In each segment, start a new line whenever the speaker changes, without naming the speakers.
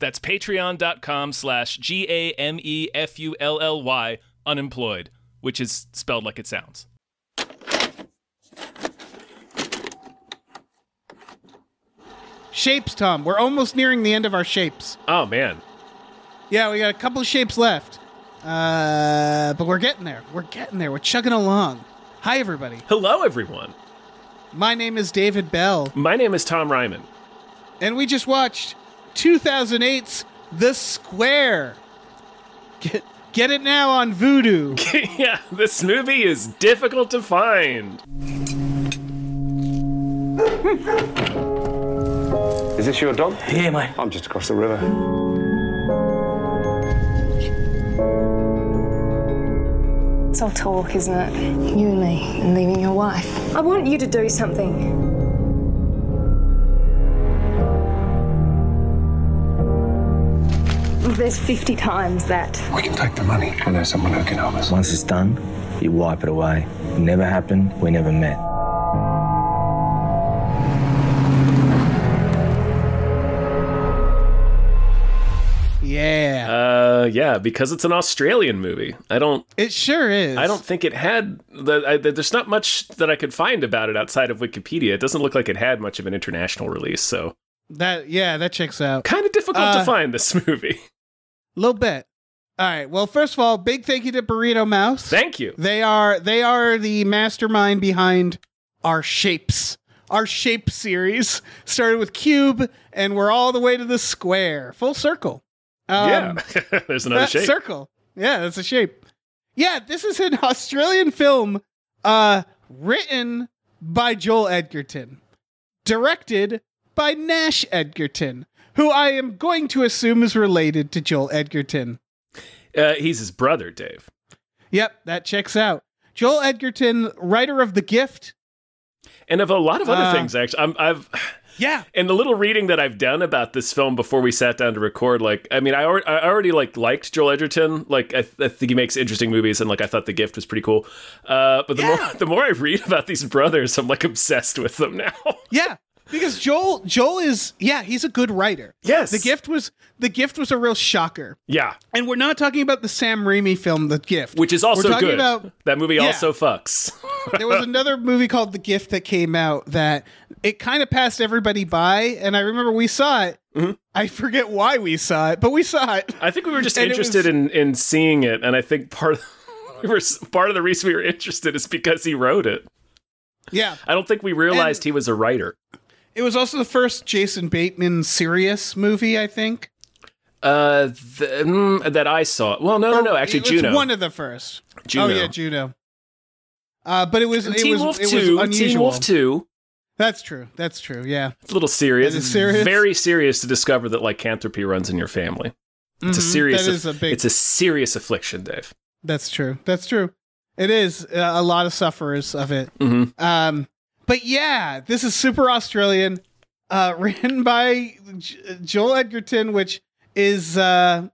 That's patreon.com slash G A M E F U L L Y unemployed, which is spelled like it sounds.
Shapes, Tom. We're almost nearing the end of our shapes.
Oh, man.
Yeah, we got a couple shapes left. Uh, but we're getting there. We're getting there. We're chugging along. Hi, everybody.
Hello, everyone.
My name is David Bell,
My name is Tom Ryman.
and we just watched 2008's The Square. Get, get it now on Voodoo.
yeah, this movie is difficult to find.
Is this your dog?
Yeah, mate.
I'm just across the river.
It's all talk, isn't it? You and me, and leaving your wife. I want you to do something. There's 50 times that.
We can take the money. I know someone who can help us.
Once it's done, you wipe it away. It never happened. We never met.
Yeah.
Uh, yeah, because it's an Australian movie. I don't,
it sure is.
I don't think it had. The, I, there's not much that I could find about it outside of Wikipedia. It doesn't look like it had much of an international release, so
That, yeah, that checks out.
kind of difficult
Uh,
to find this movie.
little bit. All right. Well, first of all, big thank you to Burrito Mouse.
Thank you.
They are they are the mastermind behind our shapes. Our shape series started with cube, and we're all the way to the square, full circle. Um,
yeah, there's another
that
shape.
circle. Yeah, that's a shape. Yeah, this is an Australian film uh, written by Joel Edgerton, directed by Nash Edgerton, who I am going to assume is related to Joel Edgerton.
uh, he's his brother, Dave.
Yep, that checks out. Joel Edgerton, writer of The Gift.
and of a lot of other
Ah.
things actually I'm, i've
Yeah.
in the little reading that i've done about this film before we sat down to record like i mean i, alre- I already like liked joel edgerton like I, th- I think he makes interesting movies and like i thought the gift was pretty cool uh, but the, more, the more i read about these brothers i'm like obsessed with them now
Yeah. Because Joel Joel is yeah, he's a good writer.
yes
The gift was the gift was a real shocker.
yeah
And we're not talking about the Sam Raimi film The Gift.
which is also
we're talking
good
about
that movie
yeah.
also fucks
there was another movie called The Gift that came out that it kind of passed everybody by and I remember we saw it.
Mm-hmm.
I forget why we saw it, but we saw it.
i think we were just
And it
interested
was-
in in seeing it and i think part of we were s- part of the reason we were interested is because he wrote it
Yeah.
i don't think we realized he was a writer
It was also the first Jason Bateman serious movie, I think.
Uh, th- mm, that I saw. Well, no, no, no. Actually,
It was
Juno.
one of the first.
Juno.
Oh yeah, Juno. Uh, but it was it
Teen
was
Wolf
it was
Two.
unusual.
Teen Wolf Two.
That's true. That's true. Yeah.
It's a little serious.
That is
It's
serious.
Very serious to discover that lycanthropy runs in your family. It's a
Mhm.
serious.
That is a big-
It's a serious affliction, Dave.
That's true. That's true. It is uh, a lot of sufferers of it.
Mhm.
Um, but yeah, this is super Australian, uh, written by J- Joel Edgerton, which is uh,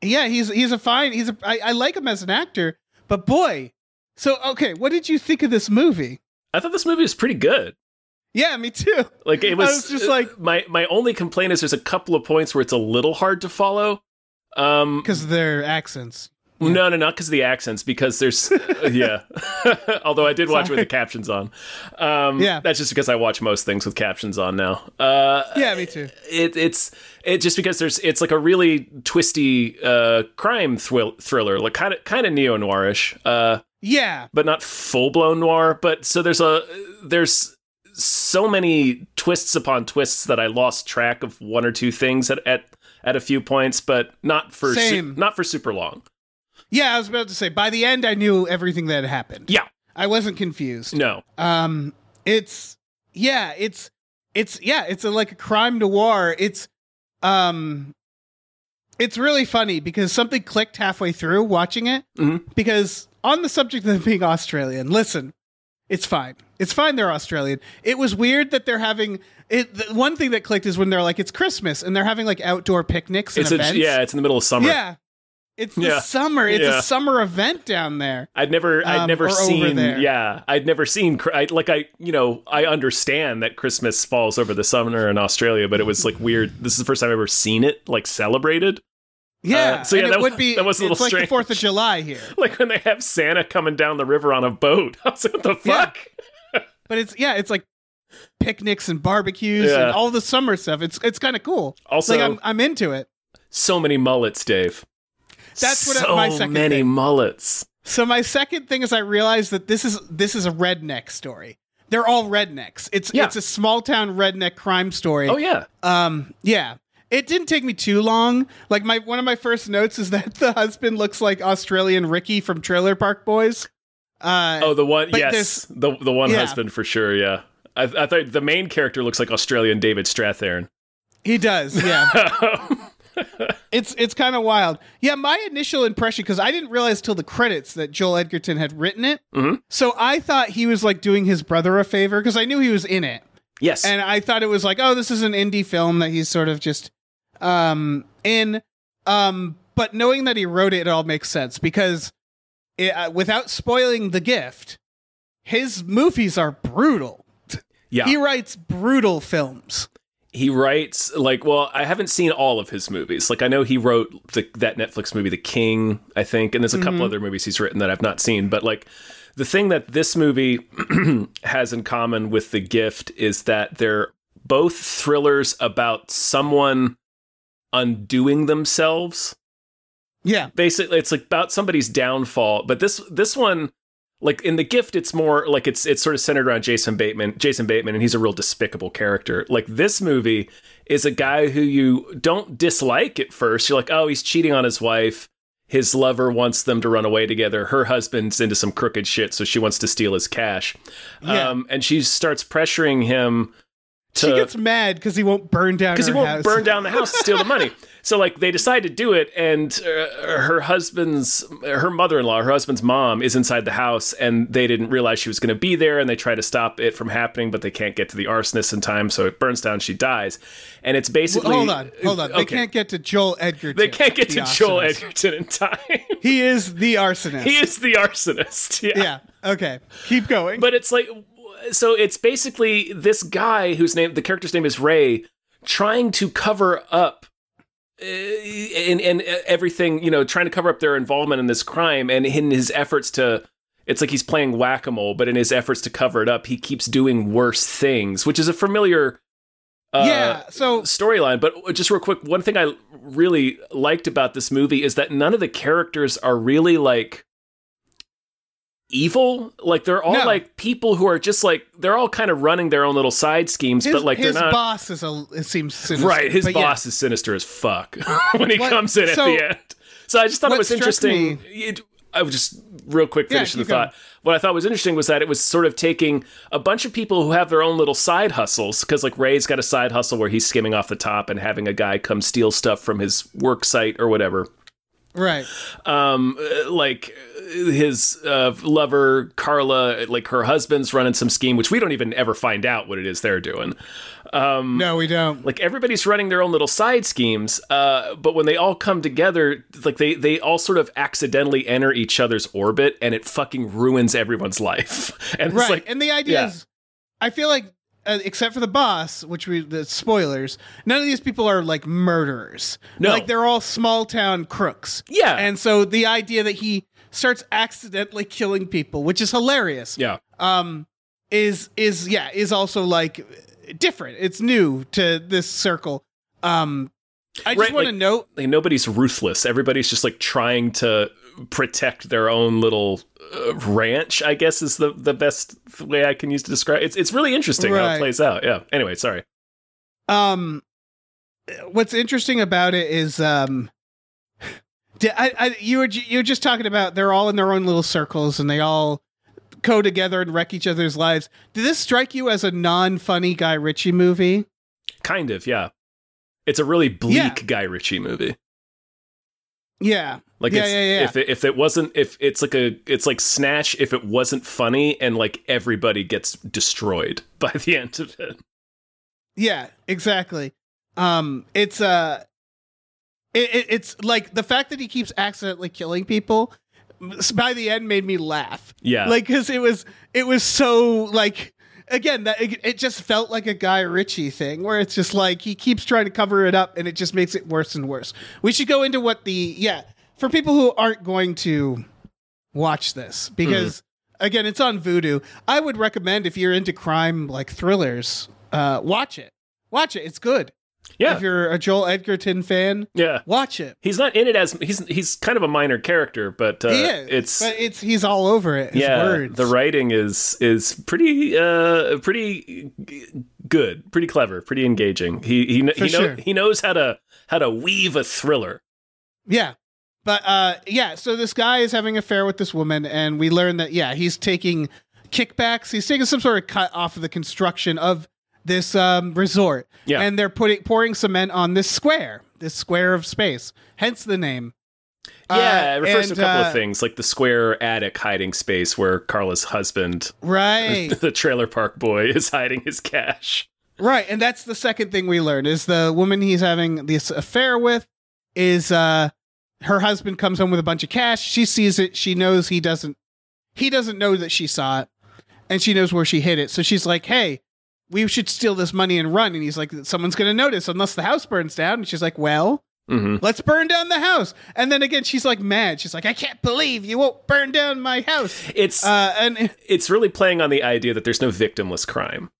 yeah, he's he's a fine. He's a I, I like him as an actor, but boy, so okay. What did you think of this movie?
I thought this movie was pretty good.
Yeah, me too.
Like it
I
was, uh,
was just like-
my my only complaint is there's a couple of points where it's a little hard to follow. Um,
Because their accents.
No, no, not because of the accents. Because there's, yeah. Although I did watch with the captions on. Um,
Yeah.
that's just because I watch most things with captions on now. Uh,
Yeah, me too.
it, it's it just because there's it's like a really twisty uh, crime thrill, thriller, like kind of kind of neo noirish, uh,
Yeah,
but not full blown noir. But so there's a there's so many twists upon twists that I lost track of one or two things at at, at a few points, but not for su-
Same.
not for super long.
yeah. I was about to say. By the end, I knew everything that had happened.
Yeah,
I wasn't confused.
no,
Um, it's yeah, it's it's yeah, it's a, like a crime noir. It's um, it's really funny because something clicked halfway through watching it.
Mm-hmm.
Because on the subject of them being Australian, listen, it's fine. It's fine. They're Australian. It was weird that they're having it. The one thing that clicked is when they're like, it's Christmas and they're having like outdoor picnics and
It's
events.
a, yeah, it's in the middle of summer.
yeah. It's the
Yeah.
summer. It's
Yeah. Uh,
a summer event down there.
I'd never, I'd
Um,
never
or over
seen.
there.
Yeah, I'd never seen. Cr- I, like I, you know, I understand that Christmas falls over the summer in Australia, but it was like weird. This is the first time I've ever seen it like celebrated.
Yeah.
so yeah,
and
that
it would
was-
be.
that was a little
it's like
strange.
the Fourth of July here,
Like when they have Santa coming down the river on a boat. I was like, what the
Yeah.
fuck?
but it's yeah, it's like picnics and barbecues
Yeah.
and all the summer stuff. It's it's kind of cool.
Also-
like I'm I'm into it.
So many mullets, Dave.
That's what
so
my second
many
thing-
mullets.
So my second thing is I realized that this is this is a redneck story. They're all rednecks. It's
Yeah.
it's a small town redneck crime story.
Oh yeah,
Um yeah. It didn't take me too long. Like my one of my first notes is that the husband looks like Australian Ricky from Trailer Park Boys. Uh
Oh, the one,
But
yes,
there's-
the the one
yeah.
husband for sure. Yeah, I, I thought the main character looks like Australian David Strathairn.
he does. Yeah. It's it's kind of wild. Yeah, my initial impression because I didn't realize till the credits that Joel Edgerton had written it. So I thought he was like doing his brother a favor because I knew he was in it,
yes,
and I thought it was like, oh, this is an indie film that he's sort of just um in. Um, but knowing that he wrote it, it all makes sense because it, uh, without spoiling the gift, his movies are brutal.
yeah.
He writes brutal films.
he writes like well i haven't seen all of his movies like i know he wrote the, that netflix movie the king i think and there's a couple other movies he's written that i've not seen but like the thing that this movie has in common with the gift is that they're both thrillers about someone undoing themselves
Yeah,
basically it's like about somebody's downfall but this this one like in the gift it's more like it's it's sort of centered around jason bateman jason bateman and he's a real despicable character like this movie is a guy who you don't dislike at first you're like oh he's cheating on his wife his lover wants them to run away together her husband's into some crooked shit so she wants to steal his cash
Yeah.
um, and she starts pressuring him to
she gets mad because he won't burn down
because he
her
won't
house.
burn down the house to steal the money. So like they decide to do it, and uh, her husband's her mother in law, her husband's mom, is inside the house, and they didn't realize she was going to be there, and they try to stop it from happening, but they can't get to the arsonist in time, so it burns down. She dies, and it's basically
Well, hold on, hold on. They
Okay.
can't get to Joel Edgerton.
They can't get to
the
Joel
arsonist.
Edgerton in time.
He is the arsonist.
he is the arsonist.
yeah. Okay. Keep going.
But it's like, so it's basically this guy whose name, the character's name is Ray, trying to cover up uh, and and everything, you know, trying to cover up their involvement in this crime, and in his efforts to. It's like he's playing whack a mole, but in his efforts to cover it up, he keeps doing worse things, which is a familiar uh,
yeah. So
storyline. But just real quick, one thing I really liked about this movie is that none of the characters are really like evil. Like they're all
No.
like people who are just like they're all kind of running their own little side schemes,
his,
but like
his
they're not.
boss is a. It seems sinister,
Right, his
but yeah.
boss is sinister as fuck when he
What-
comes in
so-
at the end. So I just thought it
what
was
struck
interesting.
me-
It, I was just real quick
Yeah,
finishing the
keep going.
thought. What I thought was interesting was that it was sort of taking a bunch of people who have their own little side hustles because like Ray's got a side hustle where he's skimming off the top and having a guy come steal stuff from his work site or whatever
Right.
um uh, like uh, his uh, lover Carla like her husband's running some scheme which we don't even ever find out what it is they're doing
No, we don't.
like everybody's running their own little side schemes uh, but when they all come together like they they all sort of accidentally enter each other's orbit and it fucking ruins everyone's life and
Right.
it's like
and the idea
yeah.
is, I feel like, uh, except for the boss, which we the spoilers, none of these people are like murderers.
No.
Like they're all small town crooks.
Yeah.
And so the idea that he starts accidentally killing people, which is hilarious.
yeah
um is is yeah is also like different it's new to this circle um i just
Right,
want to
like-
note
like nobody's ruthless everybody's just like trying to protect their own little uh, ranch i guess is the the best way i can use to describe it's it's really interesting how it
Right.
plays out yeah anyway sorry
um what's interesting about it is um d- I, I- you were ju- you were just talking about they're all in their own little circles and they all go together and wreck each other's lives did this strike you as a non-funny guy ritchie movie
kind of yeah it's a really bleak
Yeah.
guy ritchie movie
Yeah.
Like
yeah,
it's,
yeah, yeah.
if it, if it wasn't if it's like a it's like snatch if it wasn't funny and like everybody gets destroyed by the end of it.
Yeah, exactly. Um, it's uh, it, it, it's like the fact that he keeps accidentally killing people m- by the end made me laugh.
Yeah.
like because it was it was so like again that it, it just felt like a Guy Ritchie thing where it's just like he keeps trying to cover it up and it just makes it worse and worse. We should go into what the yeah for people who aren't going to watch this because
Mm-hmm.
again it's on voodoo i would recommend if you're into crime like thrillers uh watch it watch it it's good
Yeah.
if you're a joel edgerton fan
Yeah.
watch it
He's not in it as he's he's kind of a minor character, but uh,
he is
it's
but it's he's all over it his
yeah
words
the writing is is pretty uh pretty g- good, pretty clever, pretty engaging. He he kn-
For
he, know,
sure.
he knows how to how to weave a thriller.
yeah but uh yeah so this guy is having an affair with this woman and we learn that yeah he's taking kickbacks he's taking some sort of cut off of the construction of this um resort
Yeah.
and they're putting pouring cement on this square this square of space hence the name
Yeah,
Uh,
it refers
and,
to a couple
uh,
of things, like the square attic hiding space where Carla's husband,
Right.
the trailer park boy, is hiding his cash.
right. And that's the second thing we learn is the woman he's having this affair with is uh her husband comes home with a bunch of cash. She sees it. She knows he doesn't he doesn't know that she saw it and she knows where she hid it. So she's like, "Hey, we should steal this money and run." And he's like, "Someone's going to notice unless the house burns down." And she's like, "Well,
hmm
let's burn down the house." And then again, she's like mad. She's like, "I can't believe you won't burn down my house."
It's
Uh and
it's really playing on the idea that there's no victimless crime,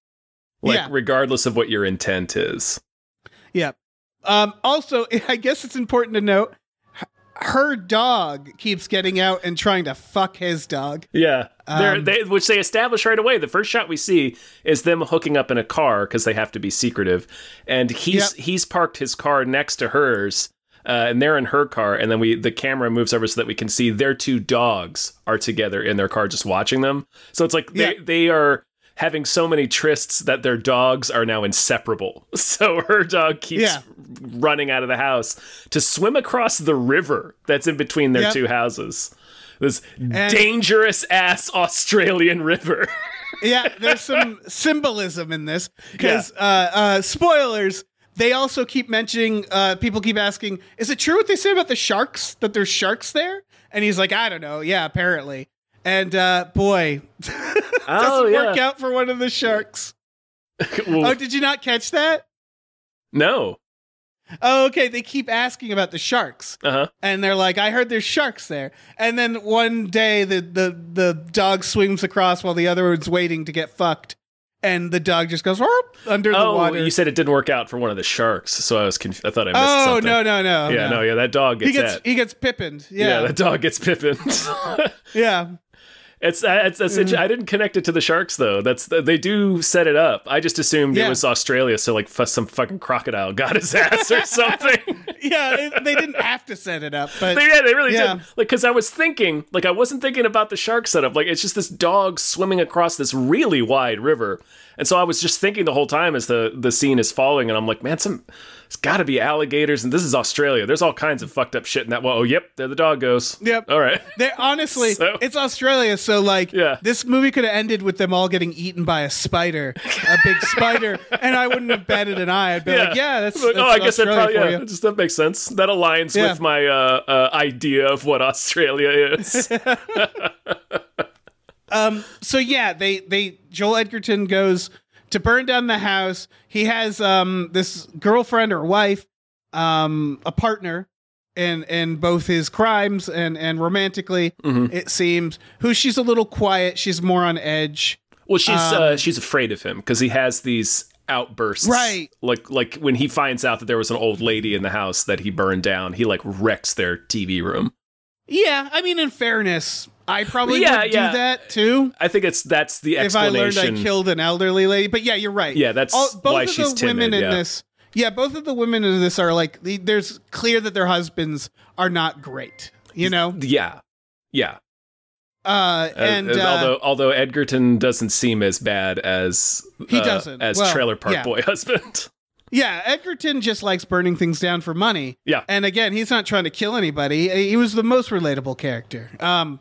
like
Yeah.
regardless of what your intent is.
Yeah. Um, also, I guess it's important to note h- her dog keeps getting out and trying to fuck his dog.
Yeah, They're-
Um,
they, which they establish right away. The first shot we see is them hooking up in a car because they have to be secretive, and he's he's parked his car next to hers, uh, and they're in her car. And then we the camera moves over so that we can see their two dogs are together in their car, just watching them. So it's like they
Yeah.
they are having so many trysts that their dogs are now inseparable. So her dog keeps
Yeah.
running out of the house to swim across the river that's in between their
Yep.
two houses. This dangerous ass Australian river.
Yeah, there's some symbolism in this because uh, uh, spoilers. They also keep mentioning. Uh, people keep asking, "Is it true what they say about the sharks? That there's sharks there?" And he's like, "I don't know. Yeah, apparently." And uh, boy, doesn't work out for one of the sharks.
Well,
Oh, did you not catch that?
no.
Oh, okay. They keep asking about the sharks.
Uh huh.
and they're like, "I heard there's sharks there." And then one day, the the the dog swings across while the other one's waiting to get fucked, and the dog just goes "Whoop," under the
Oh,
water.
you said it didn't work out for one of the sharks, so I was confused. I thought I missed
oh
something.
no no no!
Yeah, no, yeah, that dog gets,
He gets
at.
he gets pippined.
yeah.
Yeah
that dog gets pippined.
yeah.
It's, uh, it's, it's
Mm.
I didn't connect it to the sharks though. That's they do set it up. I just assumed
Yeah.
it was Australia, so like f- some fucking crocodile got his ass or something.
yeah it- they didn't have to set it up, but
They- yeah, they really
Yeah.
did. Like, because I was thinking, like, I wasn't thinking about the shark setup. Like, it's just this dog swimming across this really wide river, and so I was just thinking the whole time as the the scene is falling, and I'm like, man, some it's got to be alligators, and this is Australia. There's all kinds of fucked up shit in that. Well, oh, yep, there the dog goes.
Yep.
All right.
They're honestly,
So-
it's Australia, so like
Yeah.
this movie could have ended with them all getting eaten by a spider, a big spider, and I wouldn't have batted an eye. I'd be like, yeah, that's,
Like,
that's
oh, I guess that
Australia
probably
for
yeah,
you.
that just that makes sense. That aligns
Yeah.
with my uh, uh, idea of what Australia is.
Um, so yeah, they they Joel Edgerton goes to burn down the house. He has um this girlfriend or wife, um a partner in in both his crimes and and romantically
Mm-hmm.
it seems who she's a little quiet, she's more on edge.
Well, she's
Um,
uh, she's afraid of him because he has these outbursts,
Right.
Like like when he finds out that there was an old lady in the house that he burned down, he like wrecks their TV room.
Yeah, I mean in fairness, I probably
Yeah,
would
yeah.
do that too.
I think it's that's the
If I
explanation.
learned I killed an elderly lady, but yeah, you're right.
Yeah, that's why she's timid,
women in
yeah.
this, yeah, both of the women in this are like, the- there's clear that their husbands are not great. You know,
yeah, yeah.
Uh,
Uh,
and
uh,
uh,
although although Edgerton doesn't seem as bad as
He
uh,
doesn't.
as
Well,
Trailer Park
yeah.
Boy husband.
Yeah, Edgerton just likes burning things down for money.
Yeah.
And again, he's not trying to kill anybody. He was the most relatable character. Um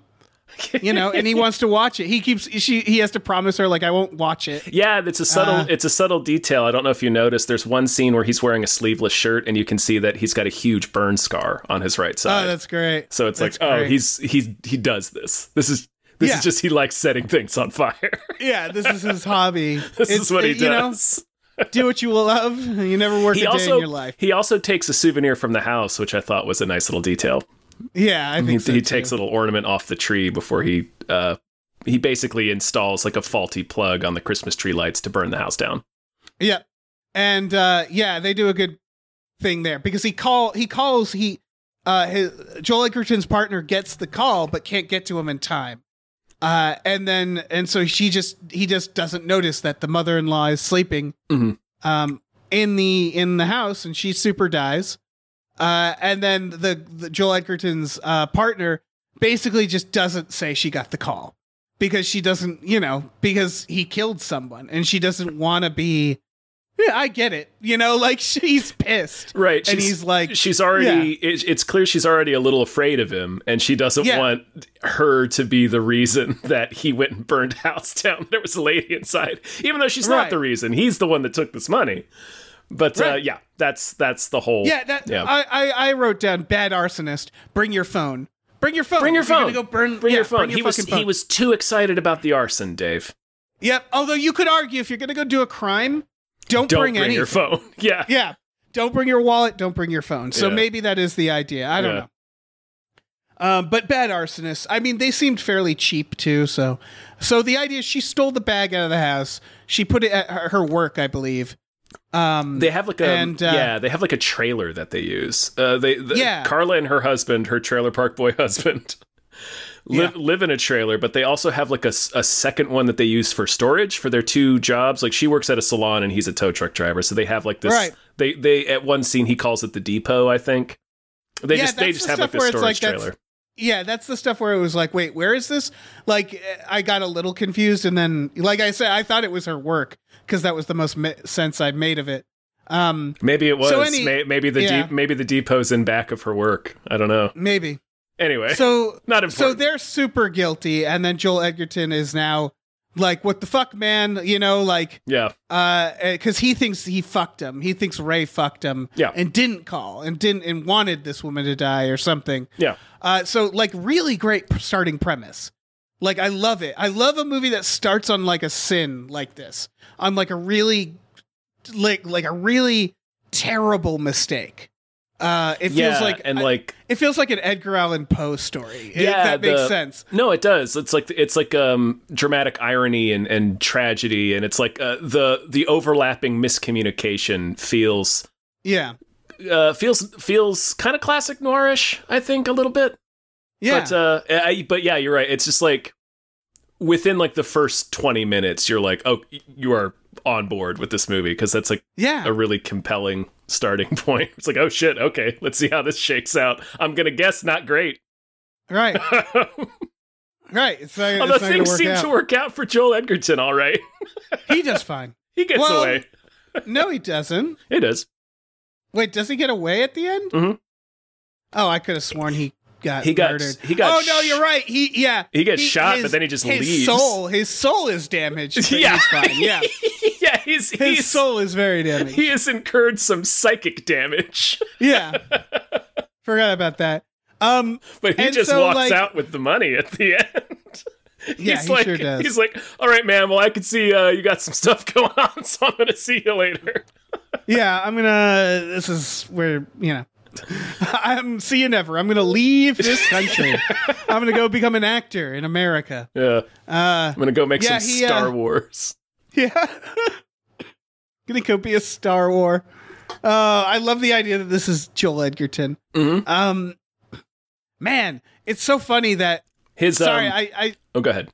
you know, and he wants to watch it. He keeps she he has to promise her like I won't watch it.
Yeah, it's a subtle
uh,
it's a subtle detail. I don't know if you noticed. There's one scene where he's wearing a sleeveless shirt, and you can see that he's got a huge burn scar on his right side.
Oh, that's great.
so it's like,
That's
oh,
great.
he's he's he does this. This is this
Yeah.
is just he likes setting things on fire.
Yeah, this is his hobby.
this
It's-
is what he
you know,
does.
do what you love. You never work
he
a day
also
in your life.
he also takes a souvenir from the house, which I thought was a nice little detail.
Yeah, I think
He,
so
he
too.
takes a little ornament off the tree before he uh, he basically installs like a faulty plug on the Christmas tree lights to burn the house down.
Yeah. And uh yeah, they do a good thing there because he call he calls he uh his Joel Edgerton's partner gets the call but can't get to him in time. Uh and then and so she just he just doesn't notice that the mother-in-law is sleeping
Mhm.
um in the in the house and she super dies. Uh and then the, the Joel Edgerton's uh partner basically just doesn't say she got the call because she doesn't, you know, because he killed someone and she doesn't want to be. Yeah, I get it. You know, like she's pissed.
Right,
And
she's-
he's like,
she's already it, it's clear she's already a little afraid of him and she doesn't
Yeah.
want her to be the reason that he went and burned house down there was a lady inside even though she's not
Right.
the reason he's the one that took this money but uh,
Right.
yeah that's that's the whole
yeah, that, I, I, I wrote down bad arsonist. Bring your phone. Bring your phone.
bring your
You're gonna
phone
Go burn.
bring
yeah,
your phone
Bring your
he was
fucking phone.
he was too excited about the arson dave
Yep. Although you could argue if you're gonna go do a crime, don't,
don't
bring,
bring,
anything.
your phone yeah
Yeah. Don't bring your wallet. Don't bring your phone. So
Yeah.
maybe that is the idea. I don't
Yeah.
know. Um, but bad arsonists. I mean, they seemed fairly cheap too. So, so the idea is she stole the bag out of the house. She put it at her, her work, I believe. Um,
They have like a
And, uh,
yeah, they have like a trailer that they use. Uh, they the,
Yeah.
Carla and her husband, her trailer park boy husband, live live in a trailer, but they also have like a, s- a second one that they use for storage for their two jobs. Like she works at a salon and he's a tow truck driver, so they have like this.
Right.
They they at one scene he calls it the depot, I think. They
Yeah,
just they
that's
just
the
have like
stuff
this
where it's
storage
like that's-
trailer.
yeah, that's the stuff where it was like, wait, where is this? Like, eh, I got a little confused, and then, like I said, I thought it was her work because that was the most mi- sense I made of it. Um,
Maybe it was
So any-
may, maybe the
yeah.
deep, maybe the depot's in back of her work. I don't know.
maybe.
Anyway,
So
Not
So
important.
they're super guilty, and then Joel Edgerton is now like, "What the fuck, man?" You know, like,
yeah,
uh, because he thinks he fucked him. He thinks Ray fucked him,
Yeah.
and didn't call, and didn't, and wanted this woman to die or something.
yeah.
Uh, so like, really great p- starting premise. Like, I love it. I love a movie that starts on like a sin like this, on like a really, like like a really terrible mistake. Uh, it
yeah,
feels like
and like
it feels like an Edgar Allan Poe story. It-
yeah,
that makes
the-
sense.
No, it does. It's like it's like um, dramatic irony and, and tragedy, and it's like uh, the the overlapping miscommunication feels
Yeah,
uh, feels feels kind of classic noirish. I think a little bit,
yeah,
but uh, I, but yeah, you're right. It's just like within like the first twenty minutes, you're like, oh, you are on board with this movie because that's like
yeah,
a really compelling starting point. It's like, oh shit, okay, let's see how this shakes out. I'm gonna guess not great.
right, right. It's not,
Although
it's not gonna
Oh, things
work
seem
out.
to work out for Joel Edgerton, all right.
He does fine.
He gets
Well-
away.
No, he doesn't.
It is.
Wait, does he get away at the end?
Mhm.
Oh, I could have sworn he got
He got-
murdered.
he got
Oh no,
sh-
you're right. He yeah.
He gets shot, but then he just
his
leaves.
Soul, his soul is damaged. But
Yeah.
he's fine. Yeah,
yeah, he's
his
he's
soul is very damaged.
he has incurred some psychic damage,
yeah, forgot about that. Um,
but he
And
just
so,
walks
like-
out with the money at the end.
yeah,
he's
he
like,
sure does.
He's like, all right, man. Well, I can see uh, you got some stuff going on, so I'm gonna see you later.
yeah, I'm gonna. This is where you know. I'm see you never. I'm gonna leave this country. I'm gonna go become an actor in America.
Yeah,
Uh,
I'm gonna go make
Yeah,
some
he, uh,
Star Wars.
yeah. gonna go be a Star War. Uh, I love the idea that this is Joel Edgerton.
Mhm.
Um, man, it's so funny that.
His
Sorry,
um,
I, I
oh, go ahead.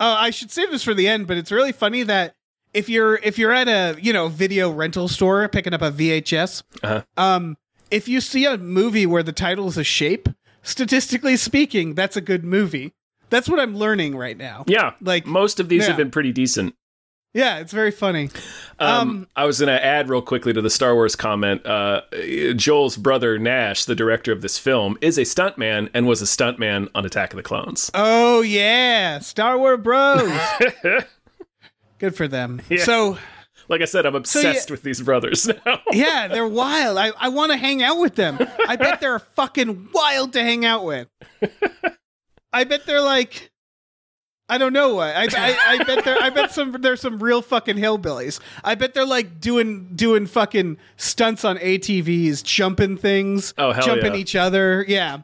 Oh, I should save this for the end, but it's really funny that if you're if you're at a you know video rental store picking up a VHS,
Uh-huh.
um, if you see a movie where the title is a shape, statistically speaking, that's a good movie. That's what I'm learning right now.
Yeah,
like-
most of these
yeah.
have been pretty decent.
Yeah, it's very funny.
Um, I was going to add real quickly to the Star Wars comment. Uh, Joel's brother Nash, the director of this film, is a stuntman and was a stuntman on Attack of the Clones.
Oh yeah, Star Wars Bros. Good for them. So
Like I said, I'm
yeah-
obsessed with these brothers now.
yeah, they're wild. I, I want to hang out with them. I bet they're fucking wild to hang out with. I bet they're like, I don't know what. I, I, I bet they're I bet some there's some real fucking hillbillies. I bet they're like doing doing fucking stunts on ATVs, jumping things,
Oh, hell
jumping
yeah.
each other. Yeah.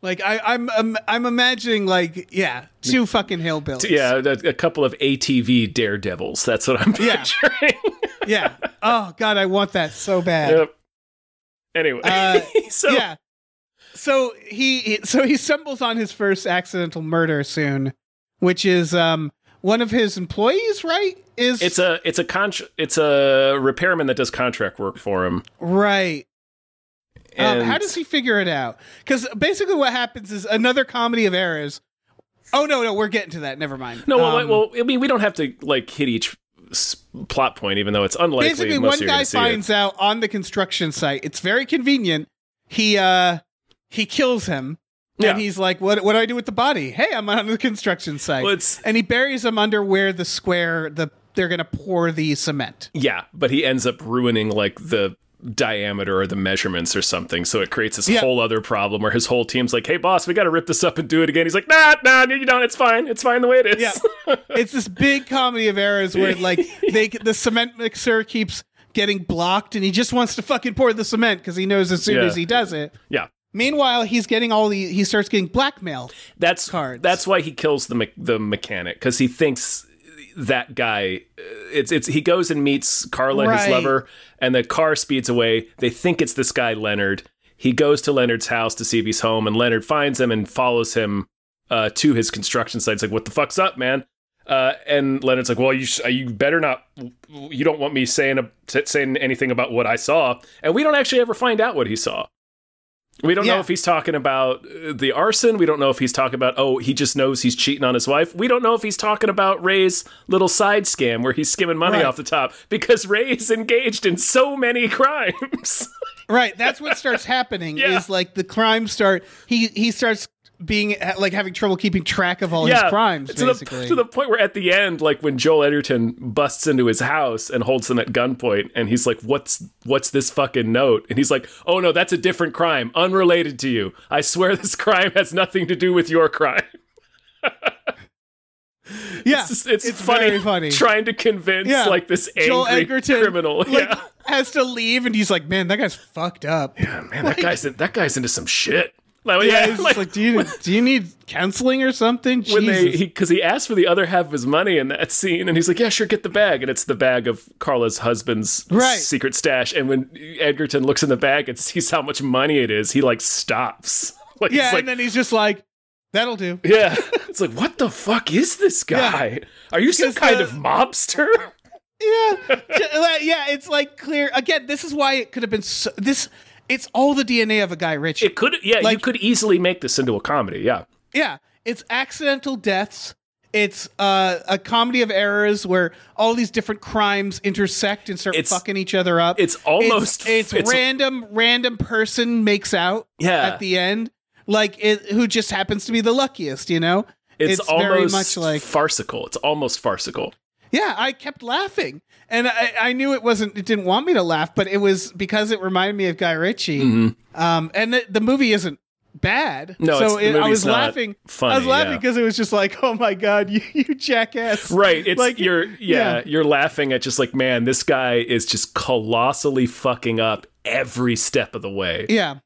Like I, I'm, I'm, I'm imagining like yeah, two fucking hillbillies.
yeah, a, a couple of ATV daredevils. That's what I'm
Yeah.
picturing.
yeah. Oh god, I want that so bad.
Yep. Anyway,
Uh,
so
yeah. So he he- so he stumbles on his first accidental murder soon, which is um one of his employees, right? Is
it's a it's a contr it's a repairman that does contract work for him.
right. Um,
And
how does he figure it out? Because basically, what happens is another comedy of errors. Oh no, no, we're getting to that. Never mind.
No, well,
Um,
like, well, I mean, we don't have to like hit each s- plot point, even though it's unlikely.
basically,
most
one
of you are gonna
guy
see it.
finds out on the construction site. It's very convenient. He uh he kills him.
Yeah.
And he's like, "What? What do I do with the body? Hey, I'm on the construction site."
Well, it's-
and he buries him under where the square the they're gonna pour the cement.
Yeah, but he ends up ruining like the diameter or the measurements or something. So it creates this
Yeah.
whole other problem where his whole team's like, "Hey, boss, we got to rip this up and do it again." He's like, "Nah, nah, you don't. It's fine. It's fine the way it is."
Yeah, it's this big comedy of errors where like they the cement mixer keeps getting blocked, and he just wants to fucking pour the cement because he knows as soon
Yeah.
as he does it.
yeah.
Meanwhile, he's getting all the he starts getting blackmail.
That's
Cards.
that's why he kills the me- the mechanic because he thinks that guy. uh, It's it's he goes and meets Carla, his
Right.
lover, and the car speeds away. They think it's this guy Leonard. He goes to Leonard's house to see if he's home, and Leonard finds him and follows him uh, to his construction site. It's like, what the fuck's up, man? Uh, and Leonard's like, well, you sh- uh, you better not. You don't want me saying a- t- saying anything about what I saw, and we don't actually ever find out what he saw. We don't know
Yeah.
if he's talking about uh, the arson. We don't know if he's talking about oh he just knows he's cheating on his wife. We don't know if he's talking about Ray's little side scam where he's skimming money
Right.
off the top because Ray's engaged in so many crimes.
Right, that's what starts happening.
Yeah.
Is like the crimes start. He he starts being like having trouble keeping track of all his crimes.
To
Basically,
the, to the point where at the end, like when Joel Edgerton busts into his house and holds them at gunpoint, and he's like, "What's what's this fucking note?" And he's like, "Oh no, that's a different crime, unrelated to you. I swear this crime has nothing to do with your crime."
yeah,
It's, just- it's funny,
very funny.
trying to convince
Yeah.
like this angry
Joel Edgerton
criminal.
like,
yeah,
has to leave, and he's like, "Man, that guy's fucked up." Yeah,
man, that guy's in, that guy's into some shit. Like, yeah,
he's just like, "Do you do you need counseling or something?"
when they
Jesus.
he because he asked for the other half of his money in that scene, and he's like, "Yeah, sure, get the bag," and it's the bag of Carla's husband's
Right.
secret stash. And when Edgerton looks in the bag and sees how much money it is, he like stops. Like,
yeah,
he's like,
and then he's just like, "That'll do."
yeah, it's like, what the fuck is this guy? Are you some
'Cause
kind
the-
of mobster?
yeah, Ju- like, yeah. It's like clear again. This is why it could have been so, this. It's all the DNA of a Guy Ritchie.
It could, yeah, you
Like-
could easily make this into a comedy. Yeah,
Yeah, it's accidental deaths. It's uh, a comedy of errors where all these different crimes intersect and start
It's-
fucking each other up.
it's almost-
it's,
it's-
random random person makes out
Yeah.
at the end, like it who just happens to be the luckiest, you know.
it's, almost
very much like
farcical. It's almost farcical.
yeah. I kept laughing, and I, I knew it wasn't. It didn't want me to laugh, but it was because it reminded me of Guy Ritchie. Um, and the, the movie isn't bad.
Mm-hmm. No,
so
it's- the
it- I
movie's
was
not
laughing.
funny,
I was laughing
yeah.
because it was just like, oh my god, you, you jackass!
Right. It's like
Like,
you're yeah,
yeah.
you're laughing at just like, man, this guy is just colossally fucking up every step of the way.
Yeah.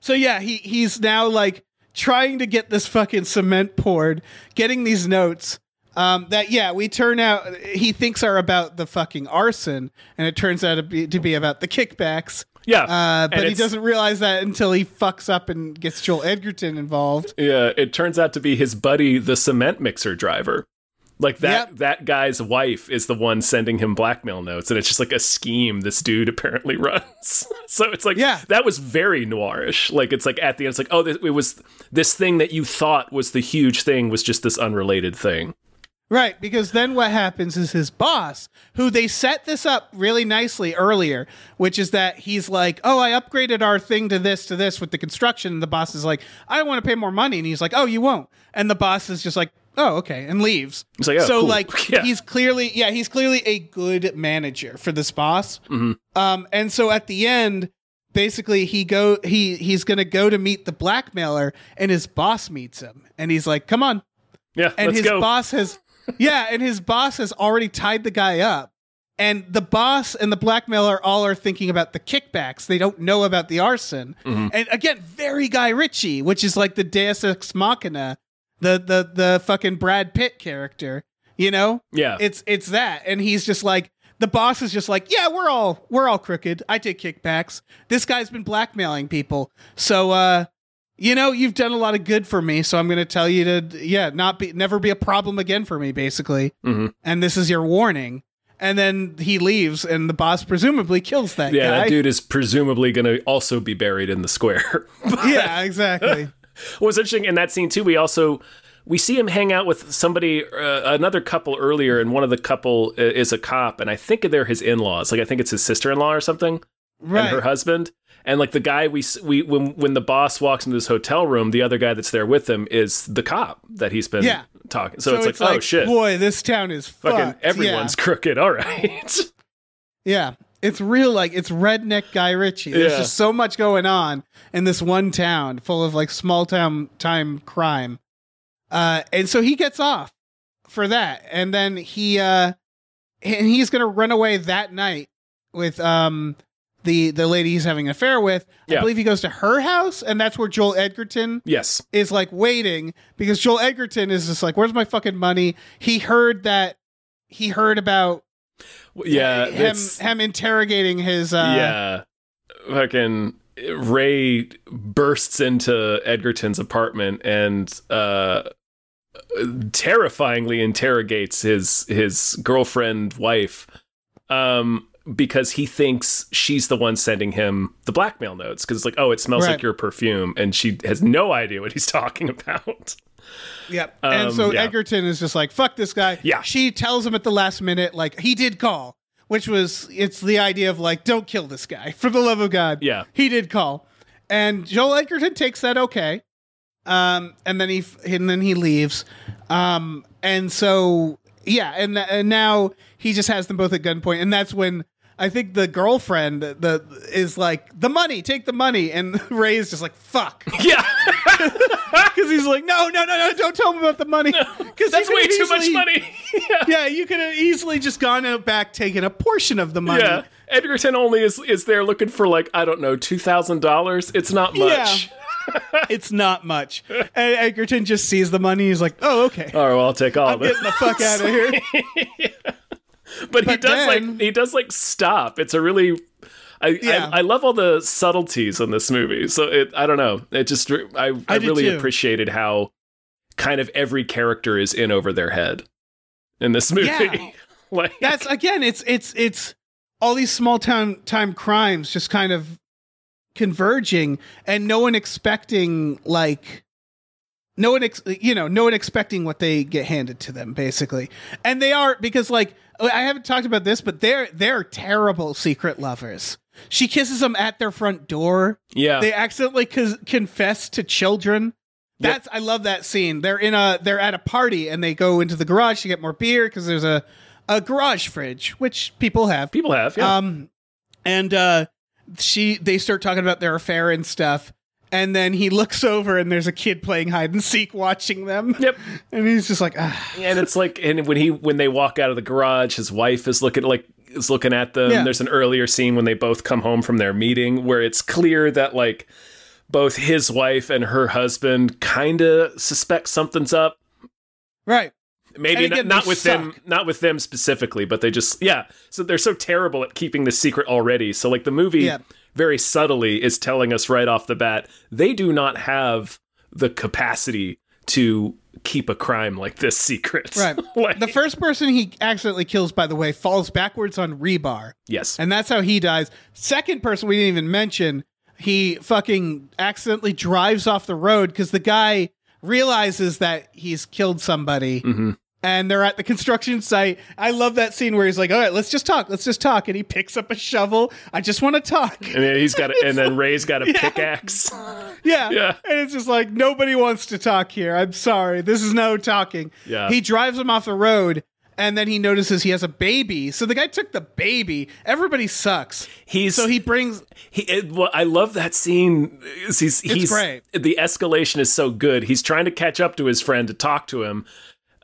So yeah, he he's now like trying to get this fucking cement poured, getting these notes. Um, that yeah, we turn out he thinks are about the fucking arson, and it turns out to be, to be about the kickbacks.
Yeah.
Uh,
and
but he
it's-
doesn't realize that until he fucks up and gets Joel Edgerton involved.
Yeah, it turns out to be his buddy the cement mixer driver. Like that
Yep.
that guy's wife is the one sending him blackmail notes and it's just like a scheme this dude apparently runs. so it's like
Yeah.
that was very noirish. Like it's like at the end it's like oh this, it was this thing that you thought was the huge thing was just this unrelated thing.
Right, because then what happens is his boss, who they set this up really nicely earlier, which is that he's like, "Oh, I upgraded our thing to this to this with the construction." And the boss is like, "I don't want to pay more money," and he's like, "Oh, you won't." And the boss is just like, "Oh, okay," and leaves.
He's like, "Oh,
so
cool."
like
Yeah.
he's clearly yeah he's clearly a good manager for this boss.
Mm-hmm.
Um, and so at the end, basically he go he he's gonna go to meet the blackmailer, and his boss meets him, and he's like, "Come on."
Yeah,
and
let's
his
go.
boss has yeah and his boss has already tied the guy up and the boss and the blackmailer all are thinking about the kickbacks they don't know about the arson
Mm-hmm.
and again very guy ritchie which is like the deus ex machina the the the fucking brad pitt character you know
Yeah.
it's it's that and he's just like the boss is just like yeah we're all we're all crooked i take kickbacks this guy's been blackmailing people so uh you know you've done a lot of good for me so i'm going to tell you to yeah not be never be a problem again for me basically
Mm-hmm.
and this is your warning and then he leaves and the boss presumably kills that
yeah,
guy
that dude is presumably going to also be buried in the square.
yeah exactly
What's interesting in that scene too, we also we see him hang out with somebody, uh, another couple earlier, and one of the couple i- is a cop, and I think they're his in-laws. Like I think it's his sister-in-law or something, and her
right
husband. And like the guy we s- we when when the boss walks into this hotel room, the other guy that's there with him is the cop that he's been
Yeah.
talking. So, it's, like, oh shit,
boy this town is
fucking
fucked. Yeah.
everyone's crooked. All right,
Yeah. It's real like it's redneck Guy Ritchie. There's
Yeah.
just so much going on in this one town full of like small town time crime. Uh and so he gets off for that. And then he uh and he's gonna run away that night with um the the lady he's having an affair with.
Yeah.
I believe he goes to her house and that's where Joel Edgerton
yes,
is like waiting because Joel Edgerton is just like, Where's my fucking money? He heard that he heard about
yeah,
him
it's-
him interrogating his uh
yeah fucking ray bursts into edgerton's apartment and uh terrifyingly interrogates his his girlfriend wife um because he thinks she's the one sending him the blackmail notes because it's like oh it smells
Right.
like your perfume and she has no idea what he's talking about
yep
Um,
and so
yeah.
Edgerton is just like fuck this guy
Yeah.
she tells him at the last minute like he did call which was it's the idea of like don't kill this guy for the love of God
Yeah.
he did call and Joel Edgerton takes that okay um and then he f- and then he leaves um and so yeah and, th- and now he just has them both at gunpoint and that's when I think the girlfriend the is like the money take the money and Ray is just like fuck
yeah
Because he's like, no, no, no, no, don't tell him about the money. Because
that's way too much money
Yeah, you could have easily just gone out back, taken a portion of the money.
yeah edgerton only is is there looking for like i don't know $2000 it's not much
it's not much. And Edgerton just sees the money. He's like, oh, okay.
All right, well, I'll take all of it.
Get the fuck out of here.
But, he
But
does
then-
like he does like stop. It's a really I,
Yeah.
I I love all the subtleties in this movie. So it I don't know. It just I I,
do
really
too.
appreciated how kind of every character is in over their head in this movie.
Yeah.
like
That's again, it's it's it's all these small town time crimes just kind of converging, and no one expecting like no one ex- you know no one expecting what they get handed to them basically, and they are because like I haven't talked about this, but they're they're terrible secret lovers. She kisses them at their front door.
yeah.
They accidentally cos- confess to children. That's I love that scene. They're in a they're at a party and they go into the garage to get more beer because there's a a garage fridge which people have.
People have, yeah.
Um, and uh, she they start talking about their affair and stuff. And then he looks over and there's a kid playing hide and seek watching them.
Yep.
And he's just like, ah.
and it's like and when he when they walk out of the garage his wife is looking like is looking at them
Yeah.
there's an earlier scene when they both come home from their meeting where it's clear that like both his wife and her husband kind of suspect something's up
right.
maybe
And again,
not, not
they
with them not with them specifically but they just yeah so they're so terrible at keeping the secret already so like the movie
Yeah.
very subtly is telling us right off the bat they do not have the capacity to keep a crime like this secret
Right.
like,
the first person he accidentally kills, by the way, falls backwards on rebar.
yes
And that's how he dies. Second person we didn't even mention, he fucking accidentally
Mm-hmm.
drives off the road because the guy realizes that he's killed somebody and they're at the construction site. I love that scene where he's like, "All right, let's just talk. Let's just talk." And he picks up a shovel. I just want to talk.
And then he's got, a, and then Ray's got a pickaxe.
Yeah.
Yeah.
And it's just like nobody wants to talk here. I'm sorry. This is no talking.
Yeah.
He drives him off the road and then he notices he has a baby. So the guy took the baby. Everybody sucks.
He's
so he brings
He, it, well, I love that scene. He's, he's, he's-
great.
The escalation is so good. He's trying to catch up to his friend to talk to him.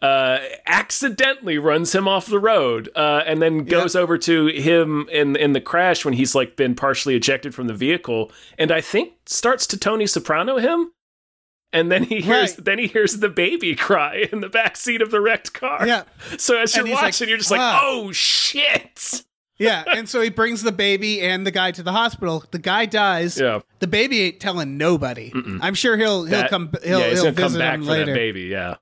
Uh, accidentally runs him off the road, uh, and then goes over to him in in the crash when he's like been partially ejected from the vehicle, and I think starts to Tony Soprano him, and then he hears
Right.
then he hears the baby cry in the back seat of the wrecked car.
Yeah.
So as you're
And he's like,
watching, you're just
"Fuck."
like, oh shit.
Yeah, and so he brings the baby and the guy to the hospital. The guy dies.
Yeah.
The baby ain't telling nobody. I'm sure he'll he'll
That-
come he'll,
yeah, he's
he'll
gonna come
visit
back
him
for
later.
that baby. Yeah.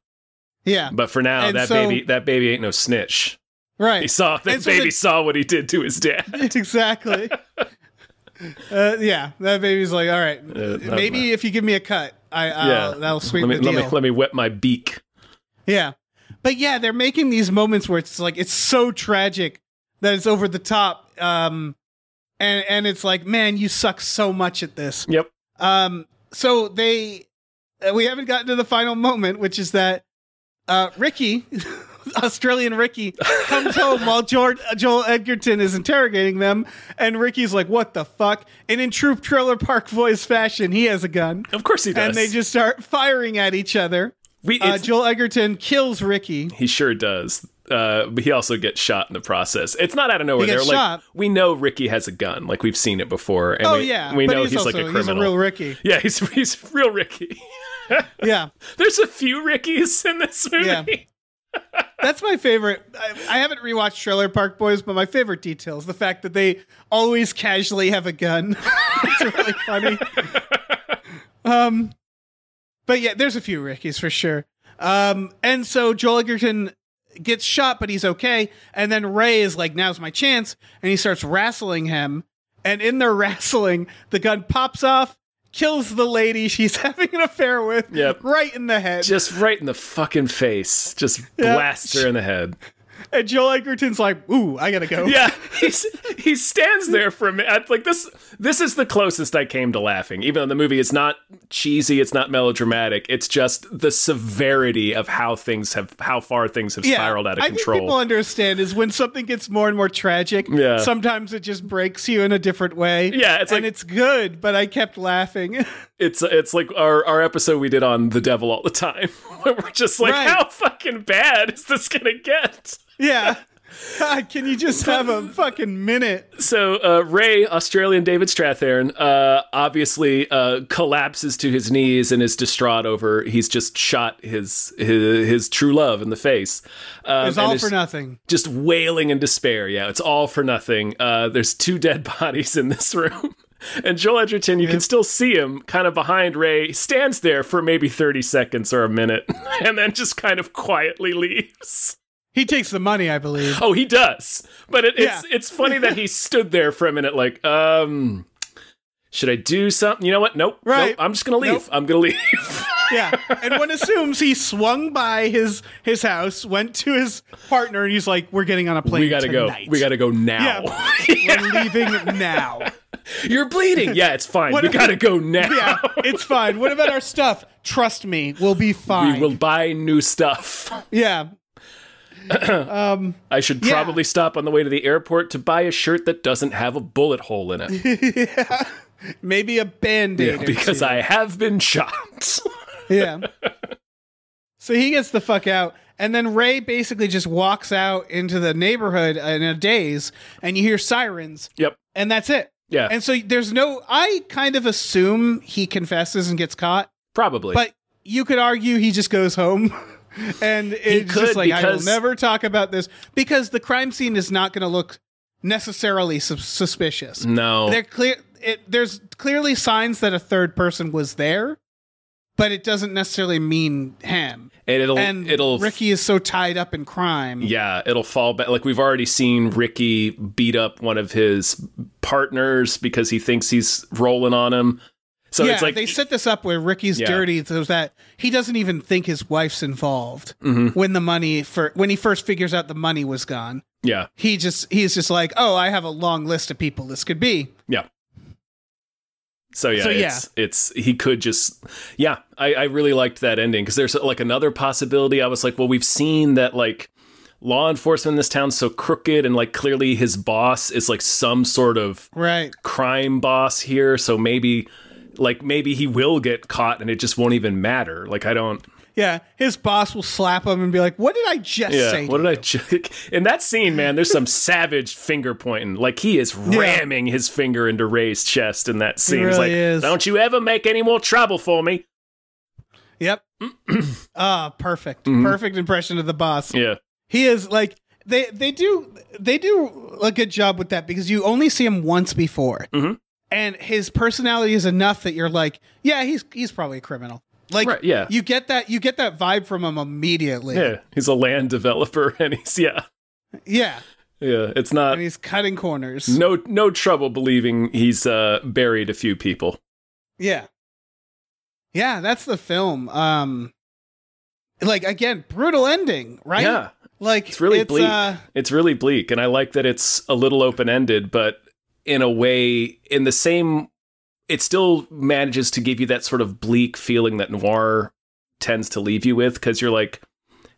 Yeah.
But for now,
And
that
so-
baby that baby ain't no snitch.
right.
He saw that
And so
baby
the-
saw what he did to his dad.
exactly. uh, yeah, that baby's like, all right,
that-
maybe if you give me a cut, I I'll,
yeah,
that'll sweeten
let me,
the deal.
Let me, let me wet my beak.
yeah, but yeah, they're making these moments where it's like it's so tragic that it's over the top, um, and and it's like, man, you suck so much at this.
Yep.
Um, so they, uh, we haven't gotten to the final moment, which is that uh, Ricky, Australian Ricky, comes home while George, Joel Edgerton is interrogating them, and Ricky's like, "What the fuck?" And in true Trailer Park Boys fashion, he has a gun,
Of course he does.
and they just start firing at each other.
we,
Uh,
it's-
Joel Edgerton kills Ricky.
he sure does. Uh, but he also gets shot in the process. It's not out of nowhere.
He
They're
gets
like,
shot.
we know Ricky has a gun. Like we've seen it before. And
Oh
we,
yeah,
we
but
know
he's,
he's,
also
like a
he's a
criminal.
real Ricky.
yeah, he's he's real Ricky.
Yeah.
There's a few Rickies in this movie.
Yeah. That's my favorite. I, I haven't rewatched Trailer Park Boys, but my favorite detail is the fact that they always casually have a gun. it's really funny. Um, but yeah, there's a few Rickies for sure. Um, and so Joel Edgerton gets shot, but he's okay. And then Ray is like, "Now's my chance," and he starts wrestling him. And in their wrestling, the gun pops off, kills the lady she's having an affair with,
Yep.
right in the head.
Just right in the fucking face. Just
Yeah.
blasts her in the head.
And Joel Edgerton's like, "Ooh, I gotta go."
Yeah, he's, he stands there for a minute. Like this, this is the closest I came to laughing. Even though the movie is not cheesy, it's not melodramatic. It's just the severity of how things have, how far things have spiraled out of
I think people
control.
understand is when something gets more and more tragic.
Yeah.
sometimes it just breaks you in a different way.
Yeah, it's
and
like-
it's good, but I kept laughing.
It's it's like our, our episode we did on the devil all the time, where we're just like,
Right.
how fucking bad is this gonna get?
yeah, God, can you just have a fucking minute?
So uh, Ray, Australian David Strathairn, uh, obviously uh, collapses to his knees and is distraught over he's just shot his his, his true love in the face. Um,
It was
and
all
is
for nothing.
Just wailing in despair. Yeah, it's all for nothing. Uh, there's two dead bodies in this room. And Joel Edgerton, you can still see him kind of behind Ray, He stands there for maybe 30 seconds or a minute, and then just kind of quietly leaves.
He takes the money, I believe.
Oh, he does. But it, it's
Yeah.
it's funny that he stood there for a minute, like, um, should I do something? You know what? Nope. Nope.
Right.
I'm just gonna leave.
Nope.
I'm gonna leave.
Yeah, and one assumes he swung by his his house, went to his partner, and he's like, "We're getting on a plane.
we gotta
tonight.
go. We gotta go now.
Yeah. We're leaving now."
You're bleeding. Yeah, it's fine.
What
we
if-
gotta go now.
Yeah, it's fine. What about our stuff? Trust me, we'll be
We
fine.
will buy new stuff.
Yeah.
I should
Yeah.
probably stop on the way to the airport to buy a shirt that doesn't have a bullet hole in it
Maybe a band aid.
because I have been shot.
Yeah. so he gets the fuck out. And then Ray basically just walks out into the neighborhood in a daze, and you hear sirens,
yep.
and that's it.
Yeah.
And so there's no, I kind of assume he confesses and gets caught,
Probably.
but you could argue he just goes home. And it's
could
just like, I will
because-
never talk about this because the crime scene is not going to look necessarily sus- suspicious.
no.
They're clear. It, there's clearly signs that a third person was there, but it doesn't necessarily mean him.
and it'll
And
it'll
Ricky is so tied up in crime.
Yeah, it'll fall back. Like we've already seen Ricky beat up one of his partners because he thinks he's rolling on him. So
yeah,
it's like
they set this up where Ricky's
Yeah.
dirty, so that he doesn't even think his wife's involved
Mm-hmm.
when the money for when he first figures out the money was gone.
yeah,
He just he's just like, oh, I have a long list of people this could be.
yeah. So yeah,
So, yeah.
it's, it's he could just yeah. I, I really liked that ending because there's like another possibility. I was like, well, we've seen that like law enforcement in this town's so crooked and like clearly his boss is like some sort of
Right.
crime boss here so maybe like maybe he will get caught and it just won't even matter like i don't
Yeah. His boss will slap him and be like, "What did I just
yeah
say?" to
what did
you?"
i check in that scene man there's some savage finger pointing like he is ramming his finger into ray's chest in that scene He's
really
like
is.
don't you ever make any more trouble for me
Yep. Ah, perfect.
Mm-hmm.
Perfect impression of the boss.
yeah
He is like they they do they do a good job with that because you only see him once before,
Mm-hmm.
and his personality is enough that you're like, yeah, he's he's probably a criminal. Like,
Right, yeah.
you get that you get that vibe from him immediately.
yeah he's a land developer and he's yeah
Yeah.
yeah it's not
and he's cutting corners.
Uh, no no trouble believing he's uh buried a few people
Yeah. Yeah, that's the film. Um, like again, brutal ending, right?
yeah
Like
It's really bleak.
uh,
it's really bleak, and I like that it's a little open ended, but in a way, in the same, it still manages to give you that sort of bleak feeling that noir tends to leave you with, because you're like,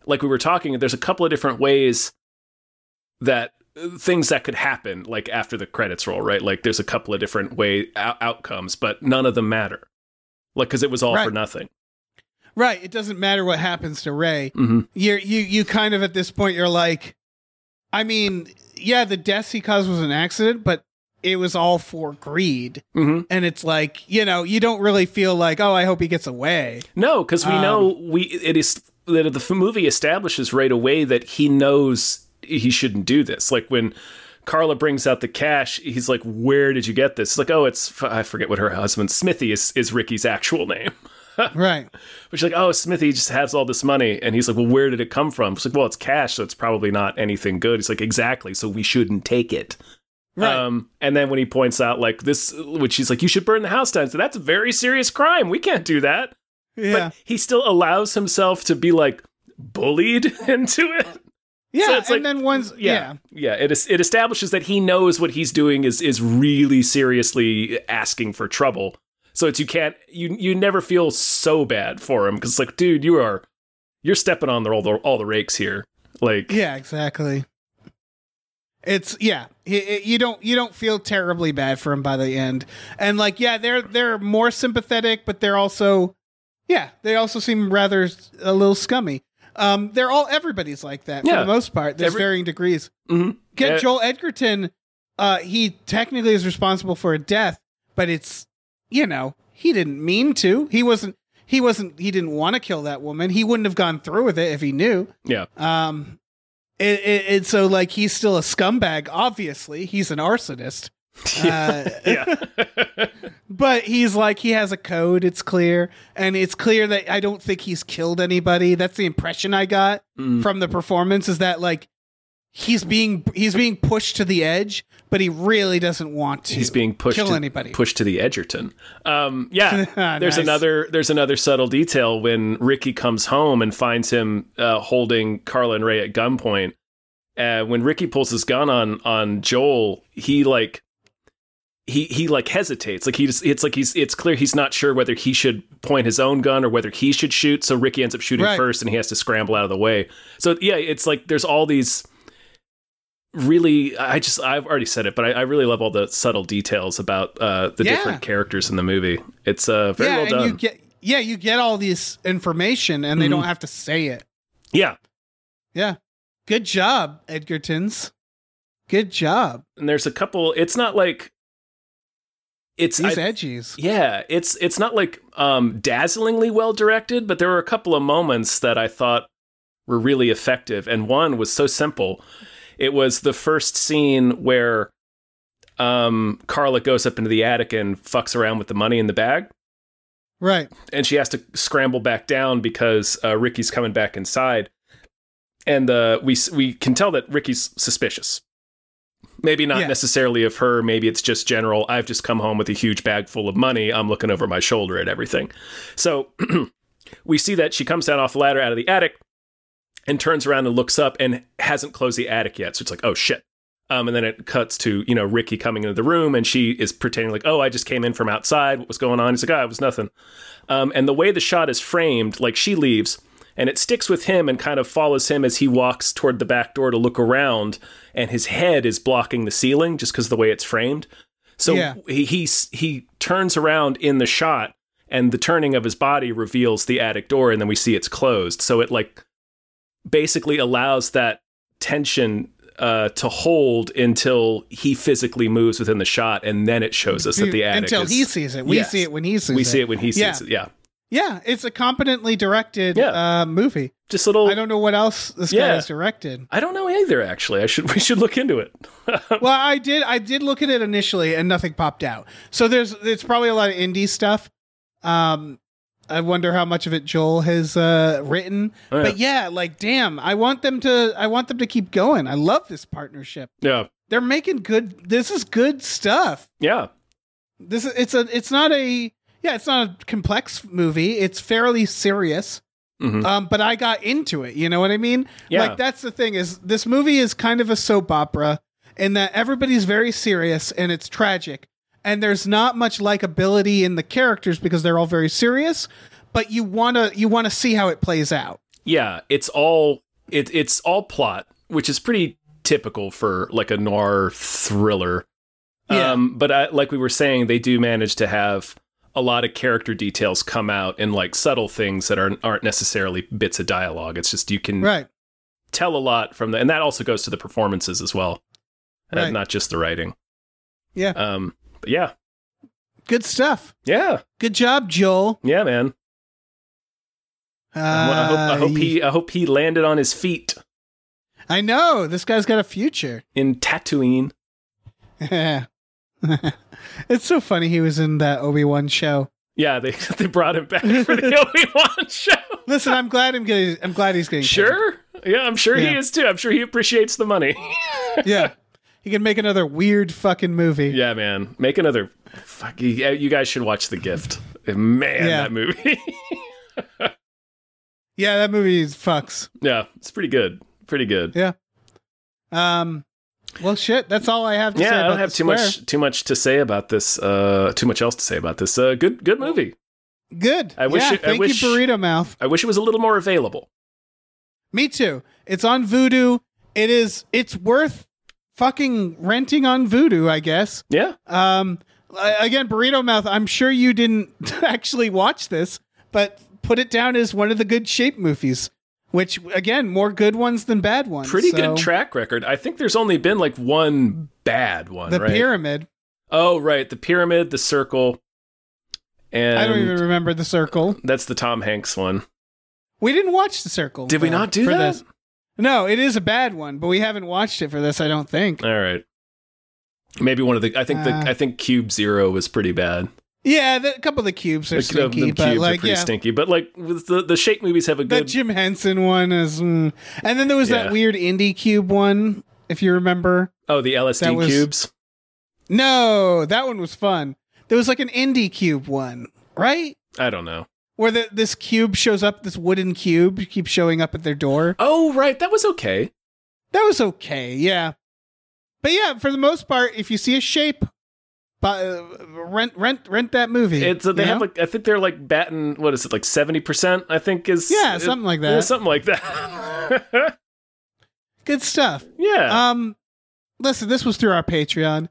like we were talking, there's a couple of different ways that things that could happen, like after the credits roll, right? Like there's a couple of different way out- outcomes, but none of them matter, like because it was all for
Right.
nothing.
right. It doesn't matter what happens to Ray.
Mhm.
You're you you kind of at this point you're like, I mean, yeah, the deaths he caused was an accident, but it was all for greed,
Mhm.
and it's like you know you don't really feel like oh I hope he gets away.
No, because we
Um,
know we it is that the f- movie establishes right away that he knows he shouldn't do this. Like when Carla brings out the cash, he's like, "Where did you get this?" It's like, "Oh, it's f- I forget what her husband Smithy is is Ricky's actual name."
right.
But she's like, "Oh, Smithy just has all this money," and he's like, "Well, where did it come from?" She's like, "Well, it's cash, so it's probably not anything good." He's like, "Exactly, so we shouldn't take it."
Right.
Um, and then when he points out like this, which he's like, "You should burn the house down," so that's a very serious crime. We can't do that
yeah.
but he still allows himself to be like bullied into it.
yeah.
so it's
and
like-
then once yeah.
yeah. It is, it establishes that he knows what he's doing is is really seriously asking for trouble. So it's you can't you you never feel so bad for him because like dude, you are you're stepping on the all the all the rakes here. Like
Yeah, exactly. It's yeah, y- y- you don't you don't feel terribly bad for him by the end, and like yeah, they're they're more sympathetic, but they're also yeah, they also seem rather s- a little scummy. Um, they're all everybody's like that for
Yeah.
the most part. There's
Every-
varying degrees.
mhm.
Get
Yeah.
Joel Edgerton. Uh, he technically is responsible for a death, but it's you know he didn't mean to. He wasn't. He wasn't. He didn't want to kill that woman. He wouldn't have gone through with it if he knew.
yeah.
Um, it, it, it's so like he's still a scumbag. Obviously, he's an arsonist. Uh,
Yeah.
but he's like he has a code. It's clear, and it's clear that I don't think he's killed anybody. That's the impression I got
Mm.
from the performance. Is that like he's being he's being pushed to the edge, but he really doesn't want to.
he's being pushed
kill
to,
anybody.
pushed to the Edgerton. Um, yeah,
Ah,
there's
nice.
another there's another subtle detail when Ricky comes home and finds him uh, holding Carla and Ray at gunpoint. Uh, when Ricky pulls his gun on on Joel, he like he he like hesitates. Like he just it's like he's it's clear he's not sure whether he should point his own gun or whether he should shoot. So Ricky ends up shooting
Right.
first, and he has to scramble out of the way. So yeah, it's like there's all these really i just i've already said it but i, I really love all the subtle details about uh the
Yeah.
different characters in the movie it's uh very
yeah,
well
and
done Mm-hmm.
you get yeah you get all this information, and they don't have to say it.
yeah
Yeah. Good job, Edgertons. Good job.
and there's a couple it's not like it's
These
I-
edgies.
yeah it's it's not like um dazzlingly well directed but there were a couple of moments that i thought were really effective and one was so simple it was the first scene where um carla goes up into the attic and fucks around with the money in the bag
Right.
and she has to scramble back down because uh, Ricky's coming back inside, and uh, we we can tell that Ricky's suspicious. Maybe not
Yeah.
necessarily of her. Maybe it's just general. I've just come home with a huge bag full of money. I'm looking over my shoulder at everything. So we see that she comes down off the ladder out of the attic and turns around and looks up and hasn't closed the attic yet. So it's like, oh shit. Um, and then it cuts to you know Ricky coming into the room and she is pretending like, oh, I just came in from outside. What was going on? He's like, oh, it was nothing. Um, and the way the shot is framed, like she leaves and it sticks with him and kind of follows him as he walks toward the back door to look around, and his head is blocking the ceiling just because the way it's framed. So
Yeah.
he, he s- he turns around in the shot, and the turning of his body reveals the attic door, and then we see it's closed. So it like basically allows that tension uh, to hold until he physically moves within the shot, and then it shows us that the attic
until
is,
he sees it. We
Yes.
see it when he sees
we
it.
see it when he
Yeah.
sees it. Yeah,
Yeah, it's a competently directed
Yeah.
uh, movie.
just little.
I don't know what else this guy
Yeah.
has directed.
I don't know either. Actually, I should we should look into it.
Well, I did. I did look at it initially, and nothing popped out. So there's it's probably a lot of indie stuff. Um, I wonder how much of it Joel has uh, written.
Oh, yeah.
But yeah, like damn, I want them to. I want them to keep going. I love this partnership.
yeah,
They're making good. This is good stuff.
yeah,
This is it's a. It's not a. Yeah, it's not a complex movie. It's fairly serious.
Mhm.
Um, but I got into it. You know what I mean?
Yeah.
Like that's the thing is this movie is kind of a soap opera in that everybody's very serious and it's tragic, and there's not much likability in the characters because they're all very serious. But you wanna you wanna see how it plays out.
yeah. It's all it, it's all plot, which is pretty typical for like a noir thriller.
Yeah.
Um, but I, like we were saying, they do manage to have a lot of character details come out in like subtle things that aren't aren't necessarily bits of dialogue. It's just you can
Right.
tell a lot from the, and that also goes to the performances as well, uh,
Right.
not just the writing.
Yeah.
Um. But yeah.
Good stuff.
Yeah.
Good job, Joel.
Yeah, man.
Uh,
I hope, I hope he I hope he landed on his feet
I know this guy's got a future.
in Tatooine.
it's so funny he was in that Obi Wan show.
Yeah, they they brought him back for the Obi Wan show.
Listen, I'm glad I'm getting. I'm glad he's getting.
Sure. Yeah, I'm sure he
Yeah.
is too. I'm sure he appreciates the money.
paid. Yeah, he can make another weird fucking movking movie.
yeah, man. Make another. Fuck, you you guys should watch The Gift. Eh, Man,
Yeah.
that movie.
Yeah, that movie is fucks.
yeah, it's pretty good. Pretty good.
Yeah. Um. Well, shit. That's all I have to
Yeah,
say.
I
about
don't have
The
too
Square.
much too much to say about this. Uh, too much else to say about this. Uh, good good movie.
Good.
I wish
Yeah,
it- I
thank
wish-
you, burrito mouth.
I wish it was a little more available.
Me too. It's on Voodoo. It is. It's worth fucking renting on Voodoo. I guess.
Yeah.
Um, I- again, Burrito Mouth, I'm sure you didn't actually watch this, but put it down as one of the good shape movies, which, again, more good ones than bad ones.
Pretty
So,
good track record. I think there's only been like one bad one.
The
right?
Pyramid.
Oh, right. The pyramid, the circle, and
I don't even remember The Circle.
that's the Tom Hanks one.
We didn't watch The Circle.
Did we
though,
not do
for
that?
This. No, it is a bad one, but we haven't watched it for this, I don't think.
All right. Maybe one of the. I think
Uh,
the. I think Cube Zero was pretty bad.
Yeah, the, a couple of the cubes are
Like, the- the
stinky, but
cubes are
like,
pretty
yeah.
stinky. But like with the the shake movies have a
That
good.
Jim Henson one is. mm. And then there was
Yeah.
that weird indie cube one, if you remember.
oh, the LSD
that was-
cubes.
No, that one was fun. There was like an indie cube one, right?
I don't know.
Where the, this cube shows up, this wooden cube keeps showing up at their door.
Oh, right. That was okay.
That was okay, yeah. But yeah, for the most part, if you see a shape, buy, uh, rent rent rent that movie.
It's uh, they
you
have
know?
like I think they're like batting. What is it like seventy percent? I think is
Yeah, something like that.
Yeah, something like that.
good stuff.
yeah.
Um, listen, this was through our Patreon,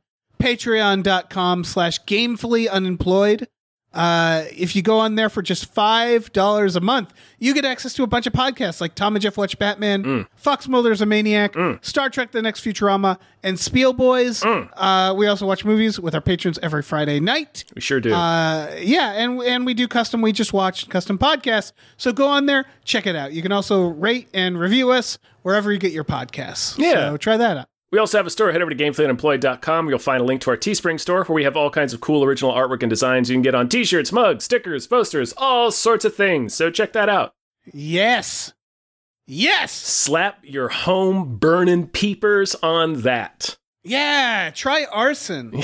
patreon.com slash gamefully unemployed. Uh, if you go on there for just $5 a month, you get access to a bunch of podcasts like Tom and Jeff Watch Batman,
Mm.
Fox Mulder's a Maniac, Star Trek The Next Futurama, and Spiel Boys.
Mm.
Uh, we also watch movies with our patrons every Friday night.
we sure do.
Uh, yeah, and and we do custom. We just watch custom podcasts. So go on there, check it out. You can also rate and review us wherever you get your podcasts.
Yeah.
so try that out.
We also have a store. Head over to gamefullyunemployed.com. You'll find a link to our Teespring store where we have all kinds of cool original artwork and designs you can get on t shirts, mugs, stickers, posters, all sorts of things. So check that out.
Yes, yes,
Slap your home burning peepers on that.
Yeah, try arson.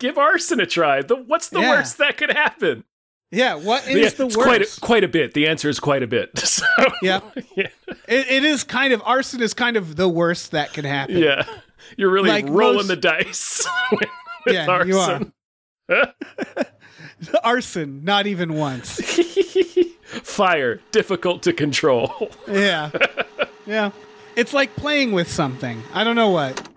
Give arson a try. The, what's the
Yeah.
worst that could happen?
Yeah, what is
Yeah,
the
it's
worst?
quite a, quite a bit. The answer is quite a bit. So,
yeah,
yeah,
it, it is kind of arson is kind of the worst that can happen.
yeah. You're really
Like
rolling
most-
the dice. with, with
Yeah,
arson.
you are. arson, not even once.
Fire difficult to control.
Yeah, yeah. It's like playing with something. I don't know what.